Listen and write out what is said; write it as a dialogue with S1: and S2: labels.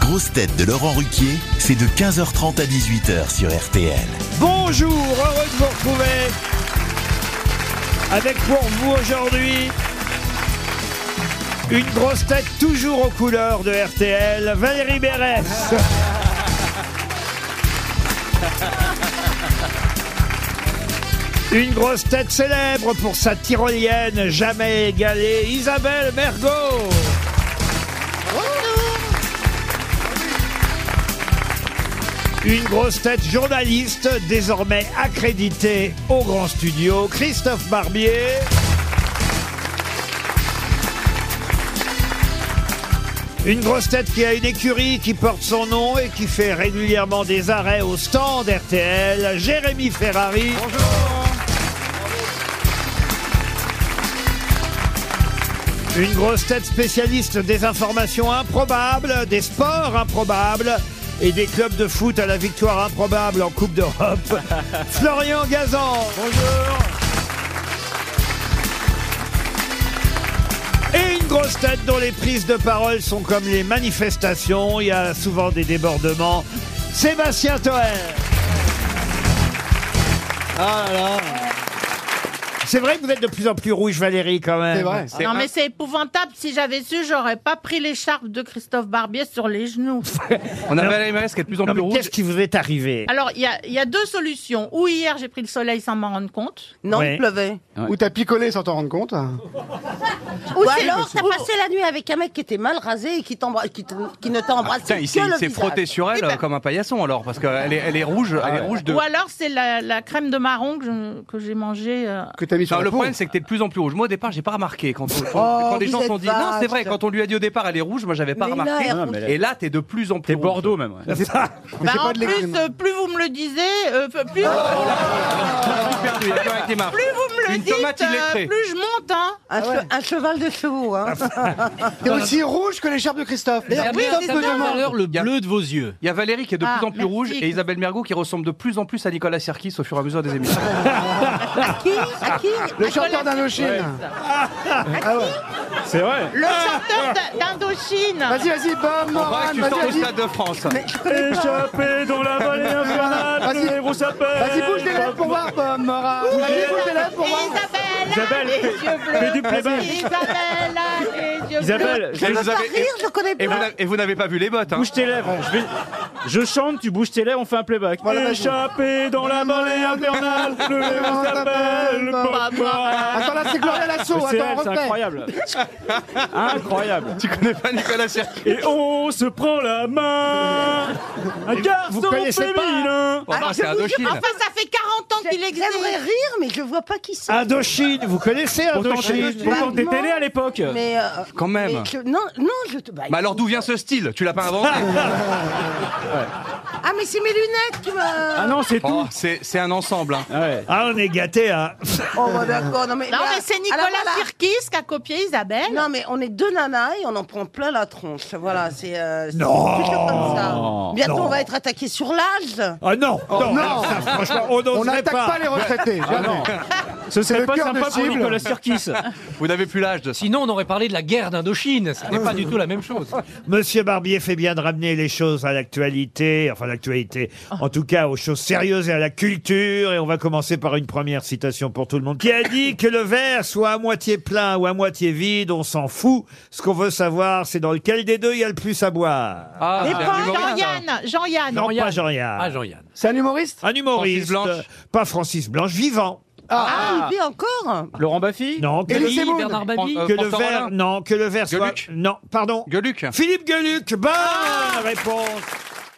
S1: grosses têtes de Laurent Ruquier, c'est de 15h30 à 18h sur RTL.
S2: Bonjour, heureux de vous retrouver. Avec pour vous aujourd'hui une grosse tête toujours aux couleurs de RTL, Valérie Berès. Une grosse tête célèbre pour sa tyrolienne jamais égalée, Isabelle Mergot. Une grosse tête journaliste désormais accréditée au grand studio, Christophe Barbier. Une grosse tête qui a une écurie qui porte son nom et qui fait régulièrement des arrêts au stand RTL, Jérémy Ferrari. Une grosse tête spécialiste des informations improbables, des sports improbables et des clubs de foot à la victoire improbable en Coupe d'Europe. Florian Gazan. Bonjour. Et une grosse tête dont les prises de parole sont comme les manifestations, il y a souvent des débordements. Sébastien Toer. C'est vrai que vous êtes de plus en plus rouge, Valérie, quand même.
S3: Non, mais c'est épouvantable. Si j'avais su, j'aurais pas pris l'écharpe de Christophe Barbier sur les genoux.
S4: On a Valérie Mérès qui est de plus en
S2: Non,
S4: plus
S2: mais
S4: rouge.
S2: Qu'est-ce qui vous est arrivé
S3: Alors, il y a, il y a deux solutions. Ou hier, j'ai pris le soleil sans m'en rendre compte.
S5: Non,
S2: Ouais.
S5: il pleuvait.
S4: Ouais.
S6: Ou t'as picolé sans t'en rendre compte
S5: Ou c'est l'or, t'as passé la nuit avec un mec qui était mal rasé et qui, t'embra- qui, te- qui ne t'embrassait
S4: Tiens,
S5: que
S4: Ah, il s'est
S5: le
S4: il s'est
S5: visage.
S4: frotté sur elle euh, comme un paillasson alors, parce qu'elle est, elle est rouge, elle est rouge de.
S3: Ou alors, c'est la, la crème de marron que je- que j'ai mangée. euh.
S6: que t'as mis sur
S4: Non,
S6: la
S4: le
S6: peau.
S4: problème, c'est que t'es de plus en plus rouge. Moi, au départ, j'ai pas remarqué. Quand, on- quand les
S5: vous
S4: gens
S5: êtes
S4: sont dit, non, c'est
S5: vache.
S4: vrai, quand on lui a dit au départ, elle est rouge, moi, j'avais pas
S5: Mais là,
S4: remarqué.
S5: elle rouge.
S4: et là, t'es de plus en
S7: T'es
S4: plus. rouge.
S7: Bordeaux même. ouais.
S6: Mais c'est
S3: Bah, en
S6: pas de Oh
S3: plus,
S6: l'écrire.
S3: euh, plus vous me le disiez, euh, plus,
S4: Tout perdu, il y a que avec des marques.
S3: plus vous me le
S4: Une
S3: dites,
S4: tomate illettrée.
S3: euh, plus je monte. Hein.
S5: Un, che- un cheval de chevaux.
S4: Ah,
S5: Hein.
S6: T'es aussi rouge que l'écharpe de Christophe. D'ailleurs,
S3: oui,
S6: Christophe
S3: c'est
S6: me
S3: ça.
S6: demande.
S8: le
S4: Y a-
S8: bleu de vos yeux.
S4: Il y a Valérie qui est de
S3: Ah,
S4: plus en plus
S3: merci.
S4: rouge et Isabelle Mergot qui ressemble de plus en plus à Nicolas Sirkis au fur et à mesure des émissions.
S5: À qui À qui
S6: Le chanteur d'Indochine. Ah ouais.
S7: C'est vrai.
S3: Le chanteur d'A- d'Indochine.
S6: Ah Vas-y, vas-y, Bob
S4: On croit que
S6: Moran,
S4: tu sors du
S6: vas-y, vas-y.
S4: stade de France.
S7: Échappé dans la vallée infernale,
S6: Vas-y.
S7: tous les gros sapins.
S6: Vas-y, bouge les lèvres pour voir, Bob Moran. Vas-y, bouge les lèvres pour voir.
S3: Isabelle,
S7: Isabelle,
S3: a les
S7: fais-
S3: yeux bleus.
S7: fais du playback.
S3: Isabelle, a les yeux bleus.
S7: Isabelle, je,
S4: Et
S5: Je
S4: vous
S5: veux pas
S4: avez-
S5: rire, je le connais
S4: Et vous
S5: pas.
S4: n'avez- et vous n'avez pas vu les bottes. hein.
S7: bouge tes lèvres. Je, vais- je chante, tu bouges tes lèvres, on fait un playback.
S6: Voilà, vas-y.
S7: Échappé dans la vallée infernale, tous les gros sapins, le pop moral.
S6: Attends, là, c'est Gloria Lasso.
S7: Mais C'est
S6: Attends,
S7: elle, c'est
S6: refais.
S7: incroyable. incroyable.
S4: Tu connais pas Nicolas Sirkis
S7: Et on se prend la main. Un garçon
S2: connaissez pas hein
S7: féminin.
S4: Enfin,
S5: Alors,
S4: bah, c'est
S5: je vous jure,
S4: Indochine.
S3: Enfin, ça fait 40 ans qu'il existe.
S5: J'aimerais rire, mais je vois pas qui c'est.
S2: Ah, Indochine, vous connaissez
S7: Pourtant, t'es-
S2: Indochine
S7: pourtant, t'étais né à l'époque.
S5: Mais euh,
S4: Quand même.
S5: mais je- non, non, je te. bah,
S4: Mais alors d'où vient ce style Tu l'as pas inventé
S5: Ah, mais c'est mes lunettes qui me.
S7: Ah non, c'est tout.
S4: Oh, c'est c'est un ensemble. hein.
S7: Ouais.
S2: Ah, on est gâtés, hein
S5: Oh, bah, d'accord. Non, mais,
S3: Non,
S5: là-
S3: mais c'est Nicolas
S5: alors, voilà.
S3: Sirkis qui a copié Isabelle.
S5: Non, mais on est deux nanas et on en prend plein la tronche. Voilà, c'est. euh, c'est
S2: Non.
S5: toujours comme ça. Bientôt,
S2: Non.
S5: on va être attaqué sur l'âge.
S2: Ah non,
S7: Oh,
S2: non,
S6: non.
S2: ça, franchement, on
S6: On
S2: n'oserait
S6: n'attaque
S2: pas.
S6: pas les retraités. jamais.
S7: Ah, Ce
S6: C'est
S7: serait
S6: le
S7: pas
S6: cœur de
S7: sympa pour
S6: cible.
S7: Nicolas Sirkis.
S4: Vous n'avez plus l'âge de ça.
S8: Sinon, on aurait parlé de la guerre d'Indochine. Ce n'est pas du tout la même chose.
S2: Monsieur Barbier fait bien de ramener les choses à l'actualité, enfin l'actualité,
S4: Ah.
S2: en tout cas aux choses sérieuses et à la culture. Et on va commencer par une première citation pour tout le monde qui a dit que le verre soit à moitié plein ou à moitié vide, on s'en fout. Ce qu'on veut savoir, c'est dans lequel des deux il y a le plus à boire.
S4: Ah,
S3: Et
S4: c'est un
S3: pas
S4: humoriste, hein.
S3: Jean-Yann, Jean-Yann.
S2: Non,
S8: Jean-Yann.
S2: pas Jean-Yann.
S8: Ah, Jean-Yann.
S6: C'est un humoriste
S2: Un humoriste,
S4: Francis Blanche.
S2: euh, pas Francis Blanche, vivant.
S5: Ah, il vit encore
S4: hein.
S7: Laurent Baffy
S2: Non, que,
S6: Et
S2: le,
S6: les Zemmour
S8: Bernard Babi.
S4: Euh,
S2: que le
S4: François
S2: verre,
S4: Rollin.
S2: non, que le verre soit,
S4: Gueluc. Ah
S2: non, pardon.
S4: Gueluc.
S2: Philippe Gueluc, bonne réponse